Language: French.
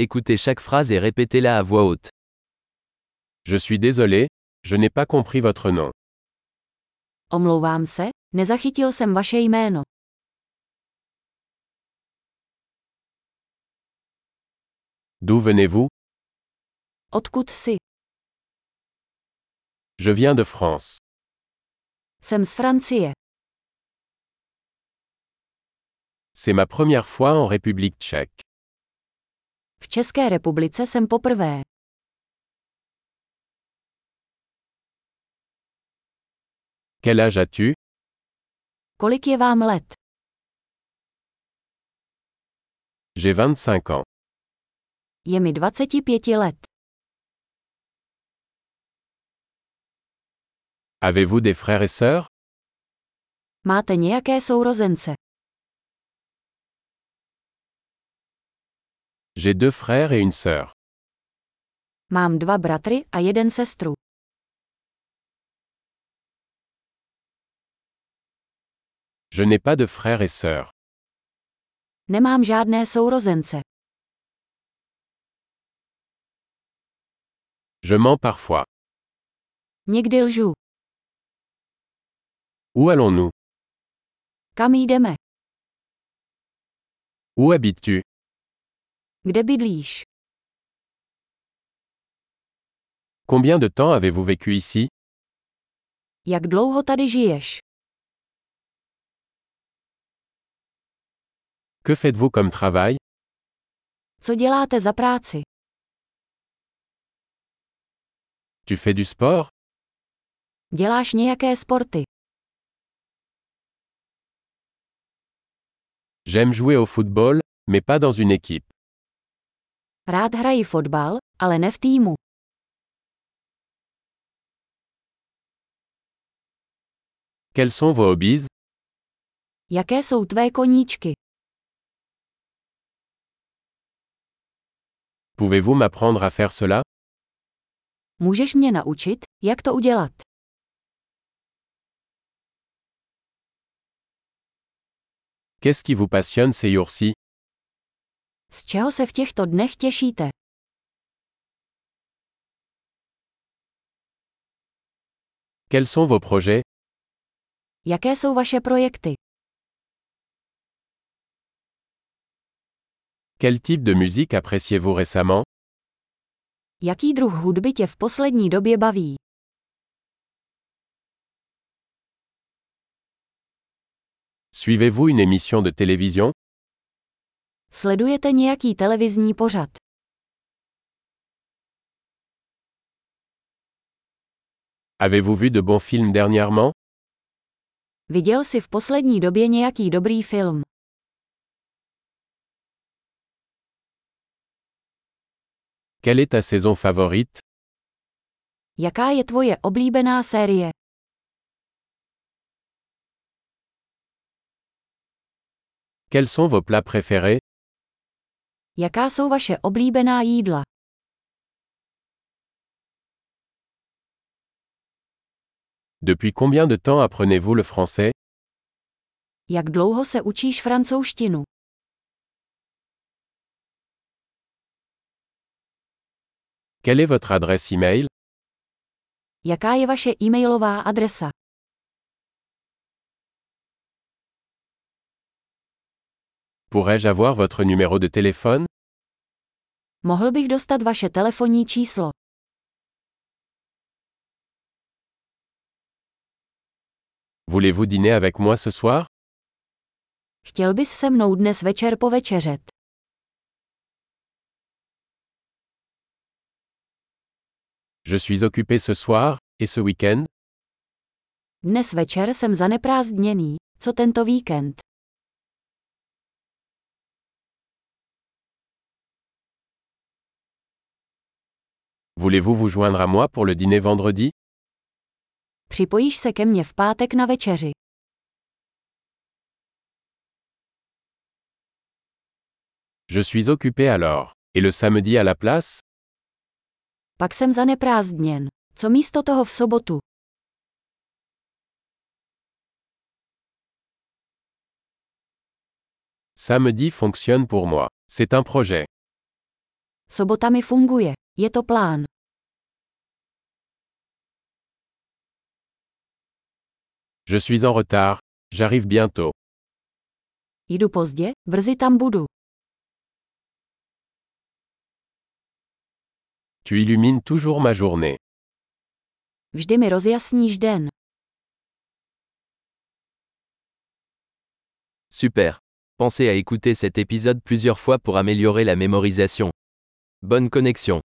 Écoutez chaque phrase et répétez-la à voix haute. Je suis désolé, je n'ai pas compris votre nom. Omlouvám se, nezachytil jsem vaše jméno. D'où venez-vous Odkud jsi? Je viens de France. Jsem z Francie. C'est ma première fois en République tchèque. V České republice jsem poprvé. Quel âge as-tu Kolik je vám let? J'ai 25 ans. Je mi 25 let. Avez-vous des frères et sœurs Máte nějaké sourozence? J'ai deux frères et une sœur. Mám dva bratry a jeden sestru. Je n'ai pas de frères et sœurs. Nemám žádné sourozence. Je mens parfois. Někdy lžu. Où allons-nous Kam jdeme? Où habites-tu Kde bydlíš? Combien de temps avez-vous vécu ici Jak dlouho tady žiješ? Que faites-vous comme travail Co děláte za práci? Tu fais du sport Děláš nějaké sporty? J'aime jouer au football, mais pas dans une équipe. Rád hrají fotbal, ale ne v týmu. Quels sont vos hobbies Jaké jsou tvé koníčky? Pouvez-vous m'apprendre à faire cela Můžeš mě naučit, jak to udělat? Qu'est-ce qui vous passionne ces jours-ci Z čeho se v těchto dnech těšíte? Quels sont vos projets Jaké jsou vaše projekty? Quel type de musique appréciez-vous récemment Jaký druh hudby tě v poslední době baví? Suivez-vous une émission de télévision Sledujete nějaký televizní pořad? Avez-vous vu de bons films dernièrement Viděl jsi v poslední době nějaký dobrý film? Quelle est ta saison favorite Jaká je tvoje oblíbená série? Quels sont vos plats préférés Jaká jsou vaše oblíbená jídla? Depuis combien de temps apprenez-vous le français Jak dlouho se učíš francouzštinu? Quelle est votre adresse e-mail Jaká je vaše e-mailová adresa? Pourrais-je avoir votre numéro de téléphone Mohl bych dostat vaše telefonní číslo. Voulez-vous dîner avec moi ce soir Chtěl bys se mnou dnes večer povečeřet? Je suis occupé ce soir et ce week-end. Dnes večer jsem zaneprázdněný, co tento víkend. Voulez-vous vous joindre à moi pour le dîner vendredi Připojíš se ke mně v pátek na večeři. Je suis occupé alors. Et le samedi à la place Pak jsem zaneprázdněn. Co místo toho v sobotu? Samedi fonctionne pour moi. C'est un projet. Sobota mi funguje. Je to plán. Je suis en retard. J'arrive bientôt. Jdu pozdě, brzy tam budu. Tu illumines toujours ma journée. Vždy mi rozjasníš den. Super. Pensez à écouter cet épisode plusieurs fois pour améliorer la mémorisation. Bonne connexion.